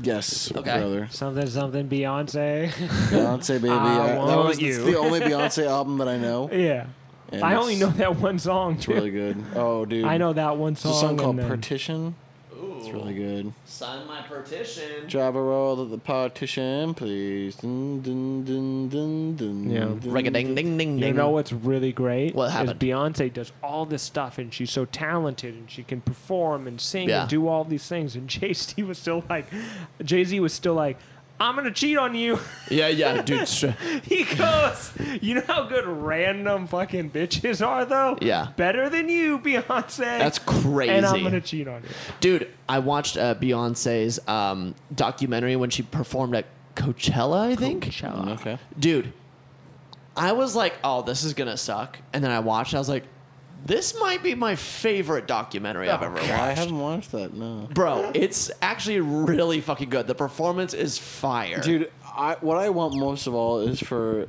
Speaker 3: yes,
Speaker 2: Okay.
Speaker 3: brother.
Speaker 1: something, something Beyonce.
Speaker 3: Beyonce, baby.
Speaker 1: I
Speaker 3: that
Speaker 1: want
Speaker 3: was
Speaker 1: you.
Speaker 3: It's the only Beyonce album that I know.
Speaker 1: yeah.
Speaker 3: And
Speaker 1: I only
Speaker 3: it's-
Speaker 1: know that one song.
Speaker 3: It's
Speaker 1: Too.
Speaker 3: really good. Oh, dude.
Speaker 1: I know that one
Speaker 3: It's a
Speaker 1: song.
Speaker 3: song called
Speaker 1: and then-
Speaker 3: Partition. It's really good.
Speaker 2: Sign my partition.
Speaker 3: Job a roll of the partition, please. Dun, dun, dun, dun, dun,
Speaker 1: Yeah.
Speaker 3: dun.
Speaker 2: Ring ding ding ding
Speaker 1: You
Speaker 2: ding.
Speaker 1: know what's really great?
Speaker 2: What
Speaker 1: is
Speaker 2: happened?
Speaker 1: Beyonce does all this stuff, and she's so talented, and she can perform and sing
Speaker 2: Yeah.
Speaker 1: and do all these things. And Jay Z was still like, Jay Z was still like, I'm gonna cheat on you.
Speaker 2: Yeah, yeah, dude.
Speaker 1: He goes, You know how good random fucking bitches are, though?
Speaker 2: Yeah.
Speaker 1: Better than you, Beyonce.
Speaker 2: That's crazy.
Speaker 1: And I'm going to cheat on you.
Speaker 2: Dude, I watched uh, Beyonce's um, documentary when she performed at Coachella, I think. Coachella.
Speaker 4: Okay.
Speaker 2: Dude, I was like, oh, this is going to suck. And then I watched, I was like, this might be my favorite documentary I've ever
Speaker 3: I
Speaker 2: watched.
Speaker 3: haven't watched that. No.
Speaker 2: Bro, it's actually really fucking good. The performance is fire.
Speaker 3: Dude, I, what I want most of all is for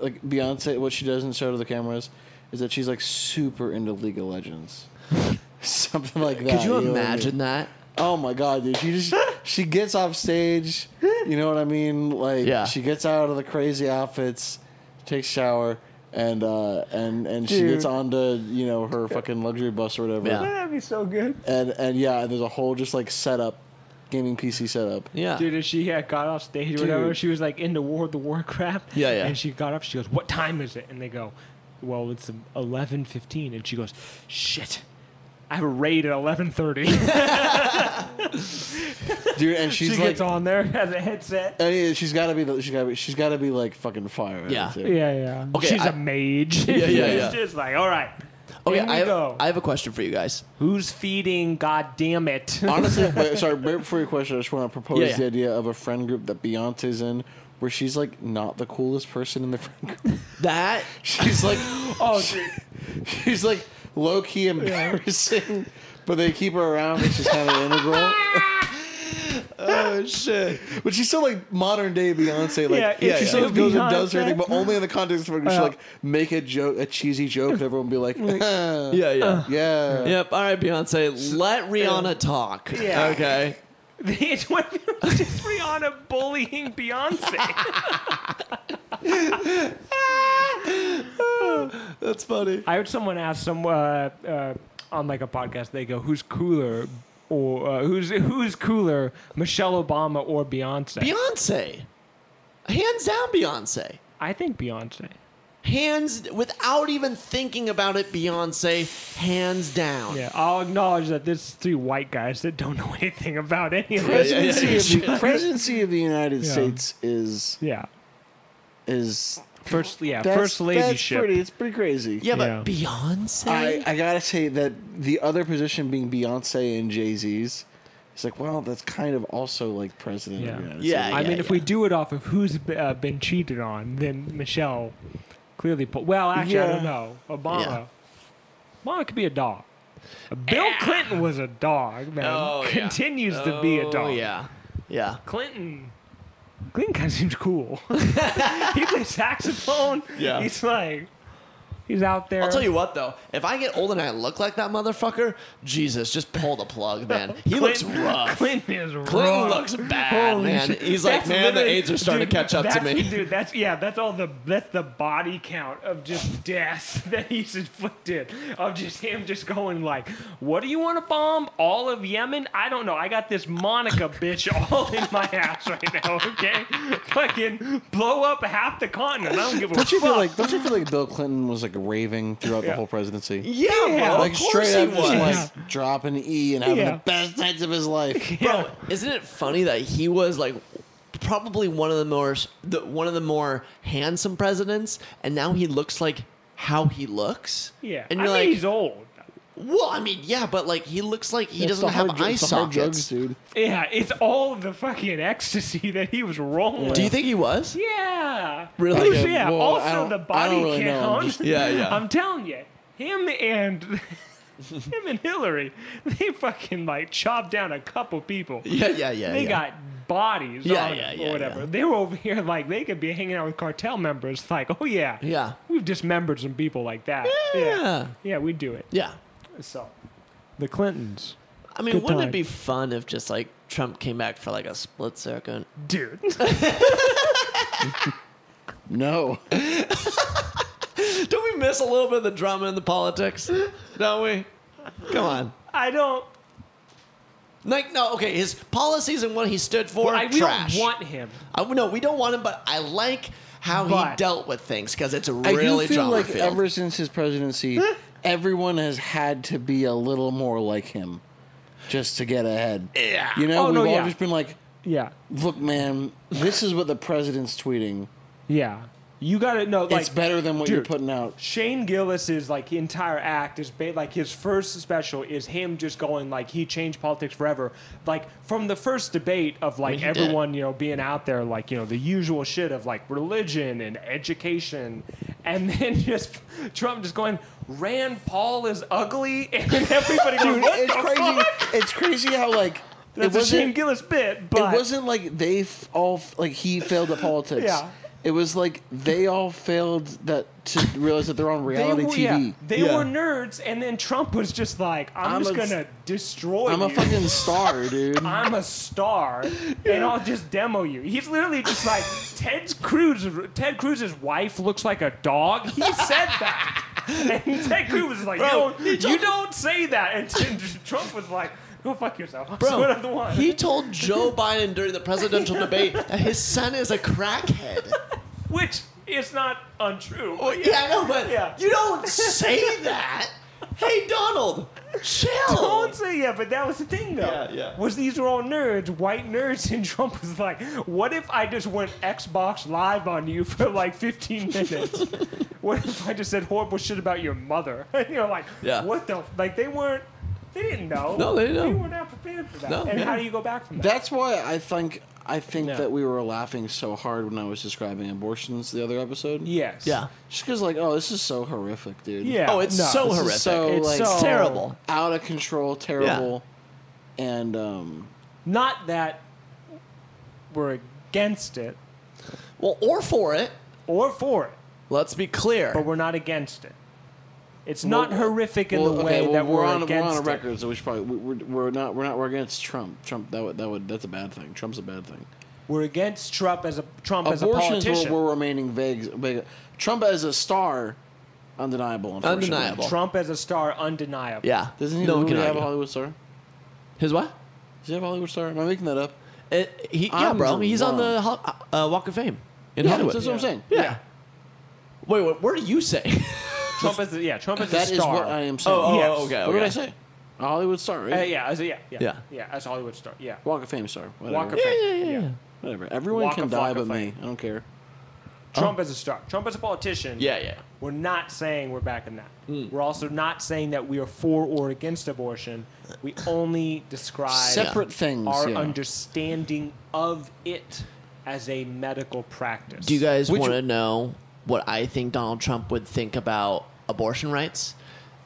Speaker 3: like Beyonce. What she does not show to the cameras is that she's like super into League of Legends, something like that.
Speaker 2: Could you
Speaker 3: know what I mean?
Speaker 2: imagine that?
Speaker 3: Oh my god, dude! She just she gets off stage. You know what I mean? Like
Speaker 2: Yeah.
Speaker 3: she gets out of the crazy outfits, takes a shower, and uh, and and she gets onto you know her fucking luxury bus or whatever.
Speaker 2: Yeah.
Speaker 1: That'd be so good.
Speaker 3: And and yeah, and there's a whole just like setup, gaming PC setup.
Speaker 2: Yeah.
Speaker 1: Dude, as she had got off stage or whatever, she was like into World of Warcraft.
Speaker 2: Yeah, yeah.
Speaker 1: And she got up, she goes, What time is it? And they go, Well, it's 11.15. And she goes, Shit. I have a raid at 11.30.
Speaker 3: Dude, and
Speaker 1: she
Speaker 3: she's like
Speaker 1: gets on there, has a headset.
Speaker 3: I mean, she's gotta be. the- She's gotta be. She's gotta be like fucking fire.
Speaker 2: Yeah.
Speaker 3: too.
Speaker 1: Yeah, yeah.
Speaker 2: Okay,
Speaker 1: She's a
Speaker 2: I-
Speaker 1: mage.
Speaker 2: yeah, yeah.
Speaker 1: She's just like, all right.
Speaker 2: okay,
Speaker 1: in we
Speaker 2: I have,
Speaker 1: go.
Speaker 2: I have a question for you guys.
Speaker 1: Who's feeding? God damn it!
Speaker 3: Honestly, wait, sorry. Right before your question, I just want to propose
Speaker 2: Yeah, yeah.
Speaker 3: the idea of a friend group that Beyonce's in, where she's like not the coolest person in the friend group.
Speaker 2: That
Speaker 3: She's like,
Speaker 1: oh, dude.
Speaker 3: she's like low key embarrassing, but they keep her around, which is kind of integral.
Speaker 2: oh shit.
Speaker 3: But she's still like modern day Beyonce. Like
Speaker 1: Yeah, yeah,
Speaker 3: she
Speaker 1: yeah.
Speaker 3: still goes and
Speaker 1: Beyonce.
Speaker 3: does her thing, but only in the context of she
Speaker 1: Yeah.
Speaker 3: like make a joke, a cheesy joke, and everyone be like, yeah,
Speaker 2: Yeah, yeah.
Speaker 3: yeah.
Speaker 2: Yep. All right, Beyonce. Let Rihanna talk.
Speaker 1: Yeah.
Speaker 2: Okay.
Speaker 1: It's when it was just Rihanna bullying Beyonce.
Speaker 2: That's funny.
Speaker 1: I heard someone ask some uh, uh, on like a podcast. They go, "Who's cooler, or uh, who's who's cooler, Michelle Obama or Beyonce?
Speaker 2: Beyonce. Hands down, Beyonce.
Speaker 1: I think Beyonce.
Speaker 2: Hands, without even thinking about it, Beyonce, hands down.
Speaker 1: Yeah, I'll acknowledge that this is three white guys that don't know anything about any of this.
Speaker 3: presidency, of the, presidency of the United States is
Speaker 1: Yeah,
Speaker 3: is
Speaker 1: first yeah,
Speaker 3: that's-
Speaker 1: first
Speaker 3: that's
Speaker 1: ladyship.
Speaker 3: pretty. It's pretty crazy.
Speaker 2: Yeah, but
Speaker 1: Yeah.
Speaker 2: Beyonce?
Speaker 3: I, I gotta say that the other position being Beyonce and Jay Z's, it's like, well, that's kind of also like president
Speaker 1: Yeah.
Speaker 3: of the United
Speaker 2: Yeah,
Speaker 3: States.
Speaker 1: I
Speaker 2: yeah,
Speaker 1: mean, if we do it off of who's be- uh, been cheated on, then Michelle clearly. Po- well, actually, I don't
Speaker 3: Yeah.
Speaker 1: know. Obama. Obama could be a dog. Bill Clinton was a dog, man.
Speaker 2: Oh, yeah.
Speaker 1: Continues to be a
Speaker 2: Oh,
Speaker 1: dog.
Speaker 2: yeah. Yeah.
Speaker 1: Clinton. Clinton kind of seems cool. he plays saxophone.
Speaker 2: Yeah.
Speaker 1: He's like, he's out there.
Speaker 2: I'll tell you what, though. If I get old and I look like that motherfucker, Jesus, just pull the plug, man. He looks
Speaker 1: Clinton-
Speaker 2: rough.
Speaker 1: Clinton is rough.
Speaker 2: Clinton looks bad,
Speaker 1: Holy
Speaker 2: man.
Speaker 1: shit.
Speaker 2: He's
Speaker 1: That's
Speaker 2: like, man, the
Speaker 1: literally-
Speaker 2: AIDS are starting
Speaker 1: dude,
Speaker 2: to catch up to
Speaker 1: that's-
Speaker 2: me.
Speaker 1: Dude, that's yeah, that's all the that's the body count of just deaths that he's inflicted. Of just him just going like, What do you want to bomb? All of Yemen? I don't know. I got this Monica bitch all in my ass right now, okay? Fucking blow up half the continent. I don't give a
Speaker 3: Don't you
Speaker 1: fuck.
Speaker 3: feel like don't you feel like Bill Clinton was like raving throughout
Speaker 1: Yeah.
Speaker 3: the whole presidency?
Speaker 2: Yeah, bro.
Speaker 3: like
Speaker 2: of
Speaker 3: straight
Speaker 2: course
Speaker 3: up
Speaker 2: he
Speaker 3: just
Speaker 2: was.
Speaker 3: like dropping E and having
Speaker 1: Yeah.
Speaker 3: the best nights of his life.
Speaker 2: Bro, isn't it funny that he was like probably one of the more the, one of the more handsome presidents, and now he looks like how he looks?
Speaker 1: yeah.
Speaker 2: and
Speaker 1: I
Speaker 2: you're
Speaker 1: mean,
Speaker 2: like,
Speaker 1: he's old.
Speaker 2: well, I mean, yeah, but like he looks like he
Speaker 3: It's
Speaker 2: doesn't
Speaker 3: the
Speaker 2: have
Speaker 3: hard dr-
Speaker 2: eye
Speaker 3: it's the hard drugs,
Speaker 2: sockets.
Speaker 3: dude.
Speaker 1: Yeah, it's all the fucking ecstasy that he was rolling.
Speaker 2: Do you think he was?
Speaker 1: Yeah.
Speaker 2: Really?
Speaker 1: Who's- yeah.
Speaker 3: Well, I
Speaker 1: also
Speaker 3: don't-
Speaker 1: the
Speaker 3: I
Speaker 1: body
Speaker 3: don't really know. I'm
Speaker 1: count.
Speaker 3: just-
Speaker 2: Yeah, yeah.
Speaker 1: I'm telling you, him and him and Hillary, they fucking like chopped down a couple people.
Speaker 2: yeah, yeah, yeah.
Speaker 1: They
Speaker 2: yeah.
Speaker 1: got bodies
Speaker 2: Yeah,
Speaker 1: on
Speaker 2: yeah,
Speaker 1: them
Speaker 2: yeah,
Speaker 1: or whatever.
Speaker 2: yeah.
Speaker 1: They were over here like they could be hanging out with cartel members. Like, oh yeah,
Speaker 2: Yeah.
Speaker 1: we've dismembered some people like that. yeah,
Speaker 2: Yeah.
Speaker 1: Yeah, we do it.
Speaker 2: Yeah.
Speaker 1: So, the Clintons,
Speaker 2: I mean,
Speaker 1: Good
Speaker 2: wouldn't
Speaker 1: time.
Speaker 2: it be fun if just like Trump came back for like a split second?
Speaker 1: dude.
Speaker 3: No.
Speaker 2: Don't we miss a little bit of the drama and the politics? Don't we? Come on.
Speaker 1: I don't.
Speaker 2: Like, no, okay, his policies and what he stood for
Speaker 1: I we
Speaker 2: trash.
Speaker 1: don't want him.
Speaker 2: I, no, we don't want him, but I like how
Speaker 1: But-
Speaker 2: he dealt with things because it's
Speaker 3: I
Speaker 2: really
Speaker 3: do feel
Speaker 2: drama
Speaker 3: like
Speaker 2: filled.
Speaker 3: ever since his presidency, everyone has had to be a little more like him just to get ahead. Yeah. You know,
Speaker 1: Oh,
Speaker 3: we've
Speaker 1: no,
Speaker 3: all
Speaker 1: yeah.
Speaker 3: just been like,
Speaker 1: Yeah,
Speaker 3: look, man, this is what the president's tweeting.
Speaker 1: yeah. You got to know. Like,
Speaker 3: it's better than what you're
Speaker 1: dude.
Speaker 3: putting out.
Speaker 1: Shane Gillis's like entire act is ba- like his first special is him just going like he changed politics forever. Like from the first debate of like
Speaker 2: he did.
Speaker 1: everyone you know being out there like you know the usual shit of like religion and education, and then just Trump just going Rand Paul is ugly, and then everybody going
Speaker 3: Dude,
Speaker 1: what
Speaker 3: it's
Speaker 1: the
Speaker 3: crazy.
Speaker 1: fuck?
Speaker 3: It's crazy how like
Speaker 1: That's
Speaker 3: it
Speaker 1: a Shane
Speaker 3: wasn't.
Speaker 1: Gillis bit,
Speaker 3: It
Speaker 1: but
Speaker 3: wasn't like they f- all f- like he failed at politics.
Speaker 1: Yeah.
Speaker 3: It was like they all failed that to realize that they're on
Speaker 1: they,
Speaker 3: reality
Speaker 1: were, yeah,
Speaker 3: TV.
Speaker 1: they
Speaker 3: Yeah.
Speaker 1: were nerds, and then Trump was just like I'm,
Speaker 3: I'm
Speaker 1: just
Speaker 3: a-
Speaker 1: gonna destroy.
Speaker 3: I'm a
Speaker 1: you."
Speaker 3: fucking star, dude.
Speaker 1: I'm a star, and I'll just demo you. He's literally just like Ted Cruz. Ted Cruz's wife looks like a dog. He said that, and Ted Cruz was like, "You don't, you don't say that." And, Tim- Trump was like, "Go fuck yourself." I'm
Speaker 2: Bro,
Speaker 1: what I'm the one.
Speaker 2: he told Joe Biden during the presidential debate that his son is a crackhead.
Speaker 1: which is not untrue.
Speaker 2: Well, Oh, yeah, I know, but
Speaker 1: Yeah.
Speaker 2: you don't say that. Hey, Donald, chill.
Speaker 1: Don't say yeah, but that was the thing though.
Speaker 2: Yeah, yeah.
Speaker 1: Was these were all nerds, white nerds, and Trump was like, "What if I just went Xbox Live on you for like 15 minutes? what if I just said horrible shit about your mother?" and you're like,
Speaker 2: Yeah.
Speaker 1: "What the? f-" Like they weren't, they didn't know.
Speaker 2: No, they didn't
Speaker 1: They
Speaker 2: know.
Speaker 1: were not prepared for that.
Speaker 2: No,
Speaker 1: and
Speaker 2: yeah.
Speaker 1: how do you go back from that?
Speaker 3: That's why I think I think
Speaker 1: Yeah.
Speaker 3: that we were laughing so hard when I was describing abortions the other episode.
Speaker 1: yes.
Speaker 2: Yeah.
Speaker 3: Just because, like, oh, this is so horrific, dude.
Speaker 1: Yeah.
Speaker 2: Oh, it's
Speaker 1: no.
Speaker 2: so
Speaker 3: This is
Speaker 2: horrific.
Speaker 3: so,
Speaker 1: It's
Speaker 3: like,
Speaker 2: Oh.
Speaker 1: so-
Speaker 2: terrible.
Speaker 3: out of control, terrible, and um,
Speaker 1: Not that we're against it
Speaker 2: Well, or for it.
Speaker 1: or for it,
Speaker 2: Let's be clear.
Speaker 1: but we're not against it. It's not horrific in
Speaker 3: well,
Speaker 1: the
Speaker 3: okay,
Speaker 1: way
Speaker 3: well,
Speaker 1: that
Speaker 3: we're,
Speaker 1: we're,
Speaker 3: on we're
Speaker 1: against
Speaker 3: on a
Speaker 1: it.
Speaker 3: record, so we should probably we- we're, we're not we're not we're against Trump. Trump that would that would that's a bad thing. Trump's a bad thing.
Speaker 1: We're against Trump as a Trump as a
Speaker 3: Abortions were,
Speaker 1: politician.
Speaker 3: were remaining vague, vague. Trump as a star, undeniable. Unfortunately.
Speaker 2: Undeniable.
Speaker 1: Trump as a star, undeniable.
Speaker 2: yeah.
Speaker 3: Doesn't he
Speaker 2: no one
Speaker 3: literally
Speaker 2: can
Speaker 3: have a
Speaker 2: argue.
Speaker 3: Hollywood star?
Speaker 2: His what?
Speaker 5: Is he a Hollywood star? Am I making that up?
Speaker 2: Uh, he, yeah,
Speaker 5: I'm
Speaker 2: bro. He's on
Speaker 5: wrong.
Speaker 2: the Hol- uh, Walk of Fame in Hollywood.
Speaker 5: That's what I'm saying.
Speaker 2: yeah. Wait, what, what do you say?
Speaker 1: Trump is yeah. Trump is
Speaker 5: That
Speaker 1: a
Speaker 5: is
Speaker 1: star.
Speaker 5: what I am saying.
Speaker 1: oh, Yes.
Speaker 2: okay,
Speaker 5: What did I say? A Hollywood star, right?
Speaker 1: Uh, yeah, as a, yeah, yeah,
Speaker 2: Yeah.
Speaker 1: yeah, as a Hollywood star. Yeah,
Speaker 5: Walk of Fame star. Whatever.
Speaker 1: Walk of
Speaker 2: Yeah,
Speaker 1: Fame.
Speaker 2: yeah, yeah, yeah.
Speaker 5: Whatever. Everyone
Speaker 1: Walk
Speaker 5: can
Speaker 1: of-
Speaker 5: die
Speaker 1: Walk
Speaker 5: but
Speaker 1: of
Speaker 5: me.
Speaker 1: Fame.
Speaker 5: I don't care.
Speaker 1: Trump is a star. Trump is a politician.
Speaker 2: Yeah, yeah.
Speaker 1: We're not saying we're backing that. We're also not saying that we are for or against abortion. We only describe
Speaker 5: Separate things.
Speaker 1: our
Speaker 5: yeah.
Speaker 1: understanding of it as a medical practice.
Speaker 2: Do you guys
Speaker 5: Which-
Speaker 2: want to know what I think Donald Trump would think about abortion rights?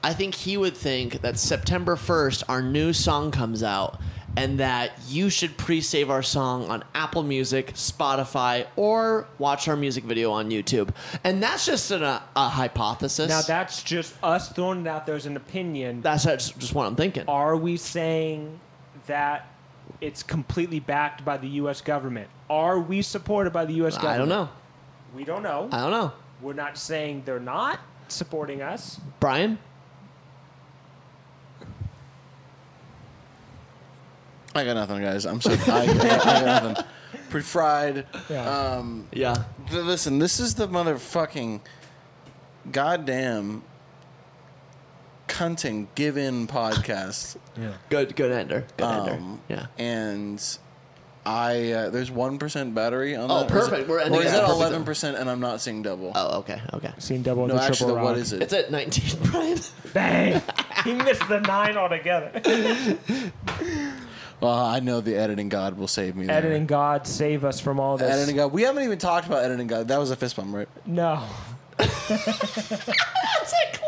Speaker 2: I think he would think that September 1st, our new song comes out, and that you should pre save our song on Apple Music, Spotify, or watch our music video on YouTube. And that's just an, a, a hypothesis.
Speaker 1: Now that's just us throwing it out there as an opinion.
Speaker 2: that's just, just what I'm thinking.
Speaker 1: Are we saying that it's completely backed by the U.S. government? Are we supported by the U.S. government?
Speaker 2: I don't know.
Speaker 1: We don't know.
Speaker 2: I don't know.
Speaker 1: We're not saying they're not supporting us.
Speaker 2: Brian?
Speaker 5: I got nothing, guys. I'm sorry. I, I, I got nothing.
Speaker 3: Pre-fried. Um,
Speaker 2: Yeah.
Speaker 3: th- listen, this is the motherfucking goddamn cunting given podcast.
Speaker 2: Good, good ender. Good ender.
Speaker 3: Um,
Speaker 2: Yeah.
Speaker 3: And I uh, there's one percent battery on.
Speaker 2: Oh,
Speaker 3: that, or is
Speaker 2: perfect.
Speaker 3: It,
Speaker 2: We're ending
Speaker 3: or is
Speaker 2: on a
Speaker 3: it
Speaker 2: perfect-
Speaker 3: eleven percent? And I'm not seeing double.
Speaker 2: Oh, okay. Okay.
Speaker 1: Seen double
Speaker 3: no, actually, the- what is it?
Speaker 2: It's at 19, Brian.
Speaker 1: Bang! he missed the nine altogether.
Speaker 3: well, I know the editing god will save me. There.
Speaker 1: Editing God, save us from all this.
Speaker 3: Editing god. We haven't even talked about editing god. That was a fist bump, right?
Speaker 1: No.
Speaker 2: That's a clap.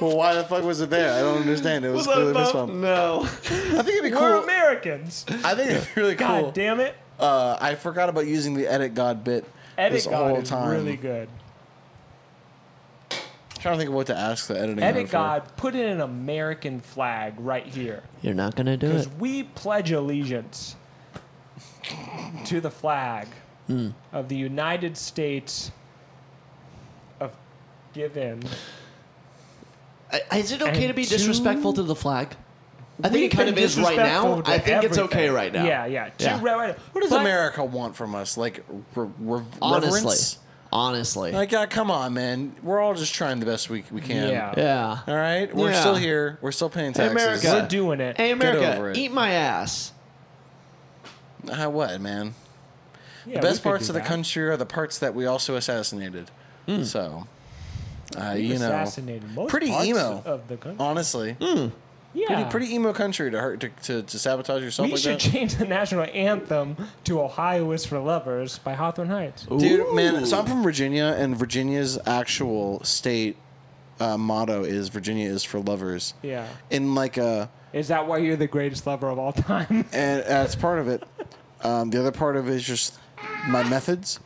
Speaker 3: Well, why the fuck was it there? I don't understand. It was clearly a fist bump.
Speaker 2: No.
Speaker 3: I think it'd be
Speaker 1: We're
Speaker 3: cool.
Speaker 1: Americans.
Speaker 3: I think it'd be really
Speaker 1: God
Speaker 3: cool.
Speaker 1: damn it.
Speaker 3: Uh, I forgot about using the edit god bit
Speaker 1: Edit
Speaker 3: this
Speaker 1: God
Speaker 3: whole
Speaker 1: is
Speaker 3: time.
Speaker 1: really good.
Speaker 3: trying to think of what to ask the editing
Speaker 1: Edit
Speaker 3: god.
Speaker 1: God, put in an American flag right here.
Speaker 2: You're not going to do
Speaker 1: Because
Speaker 2: it.
Speaker 1: we pledge allegiance to the flag
Speaker 2: Hmm.
Speaker 1: of the United States of Given.
Speaker 2: I, is it okay
Speaker 1: And
Speaker 2: to be disrespectful
Speaker 1: two-
Speaker 2: to the flag? I think it kind of is right
Speaker 1: disrespectful
Speaker 2: now.
Speaker 1: to
Speaker 2: I think it's
Speaker 1: everything.
Speaker 2: okay right now.
Speaker 1: Yeah, yeah. Two
Speaker 2: Yeah.
Speaker 1: right- right-
Speaker 3: What does
Speaker 1: but-
Speaker 3: America want from us? Like, re- re-
Speaker 2: Honestly.
Speaker 3: reverence?
Speaker 2: Honestly.
Speaker 3: Like, uh, come on, man. We're all just trying the best we, we can.
Speaker 1: Yeah.
Speaker 2: yeah.
Speaker 3: All right? We're
Speaker 2: Yeah.
Speaker 3: still here. We're still paying taxes.
Speaker 2: America.
Speaker 1: We're doing it.
Speaker 2: Hey,
Speaker 3: over
Speaker 2: America,
Speaker 3: it.
Speaker 2: eat my ass.
Speaker 3: Uh, what, man?
Speaker 1: Yeah,
Speaker 3: the
Speaker 1: we
Speaker 3: best
Speaker 1: could
Speaker 3: parts
Speaker 1: do
Speaker 3: of the
Speaker 1: that.
Speaker 3: country are the parts that we also assassinated.
Speaker 2: Hmm.
Speaker 3: So, uh, you know,
Speaker 1: assassinated most
Speaker 3: pretty
Speaker 1: parts
Speaker 3: emo.
Speaker 1: of the country.
Speaker 3: honestly,
Speaker 1: Hmm. yeah,
Speaker 3: pretty, pretty emo country to hurt to, to, to sabotage yourself
Speaker 1: We
Speaker 3: like
Speaker 1: should
Speaker 3: that.
Speaker 1: change the national anthem to "Ohio is for Lovers" by Hawthorne Heights.
Speaker 3: Dude, man, so I'm from Virginia, and Virginia's actual state uh, motto is "Virginia is for lovers."
Speaker 1: Yeah,
Speaker 3: In like a,
Speaker 1: is that why you're the greatest lover of all time?
Speaker 3: and uh, that's part of it. Um, the other part of it is just my methods.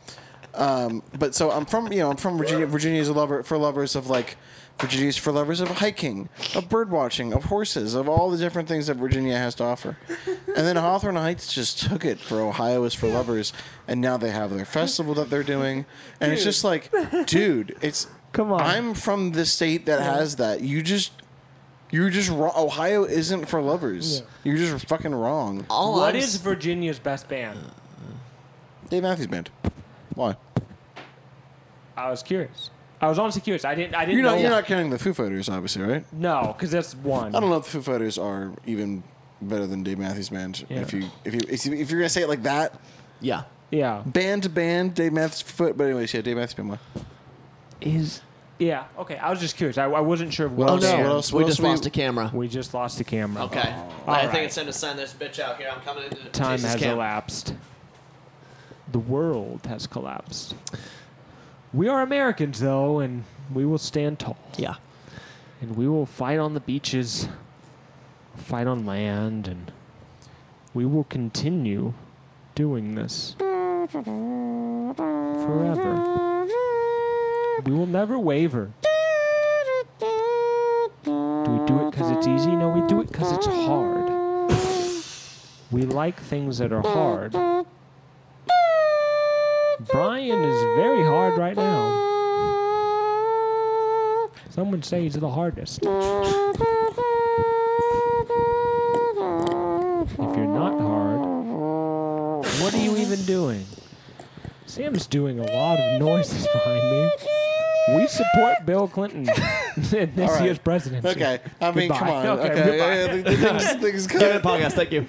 Speaker 3: Um, but so I'm from, you know, I'm from Virginia. Virginia is a lover for lovers of like, Virginia's for lovers of hiking, of bird watching, of horses, of all the different things that Virginia has to offer. And then Hawthorne Heights just took it for Ohio is for lovers, and now they have their festival that they're doing, and it's just like, dude, it's
Speaker 1: Come on.
Speaker 3: I'm from the state that has that. You just. You're just wrong. Ohio isn't for lovers.
Speaker 1: Yeah.
Speaker 3: You're just fucking wrong.
Speaker 2: All
Speaker 1: What
Speaker 2: I'm
Speaker 1: is
Speaker 2: s-
Speaker 1: Virginia's best band?
Speaker 3: Dave Matthews Band. Why?
Speaker 1: I was curious. I was honestly curious. I didn't. I didn't
Speaker 3: You're not,
Speaker 1: know.
Speaker 3: you're not counting the Foo Fighters, obviously, right?
Speaker 1: no, because that's one.
Speaker 3: I don't know if the Foo Fighters are even better than Dave Matthews Band.
Speaker 1: Yeah.
Speaker 3: If you if you if you- if you're gonna say it like that,
Speaker 2: Yeah.
Speaker 1: Yeah.
Speaker 3: band to band, Dave Matthews Foot. But anyways, yeah, Dave Matthews Band. Why?
Speaker 1: Is yeah. Okay. I was just curious. I, I wasn't sure. What
Speaker 3: Oh,
Speaker 2: Oh,
Speaker 3: no.
Speaker 2: no.
Speaker 1: band.
Speaker 3: What else-
Speaker 2: we
Speaker 3: what
Speaker 2: just
Speaker 3: else we-
Speaker 2: lost a camera.
Speaker 1: We just lost the camera.
Speaker 2: okay. I
Speaker 1: Alright.
Speaker 2: think it's time to sign this bitch out here. I'm coming into the
Speaker 1: Time
Speaker 2: Jesus
Speaker 1: has
Speaker 2: camp.
Speaker 1: elapsed. The world has collapsed. We are Americans, though, and we will stand tall.
Speaker 2: Yeah.
Speaker 1: And we will fight on the beaches, fight on land, and we will continue doing this forever. We will never waver. Do we do it because it's easy? No, we do it because it's hard. We like things that are hard. Brian is very hard right now. Some would say he's the hardest. If you're not hard, what are you even doing? Sam's doing a lot of noises behind me. We support Bill Clinton in this
Speaker 3: right.
Speaker 1: year's presidency.
Speaker 3: Okay. I mean,
Speaker 1: Goodbye.
Speaker 3: come on.
Speaker 1: Okay,
Speaker 3: Okay.
Speaker 1: goodbye.
Speaker 3: Yeah, yeah, things, things
Speaker 2: Give it a podcast. Thank you.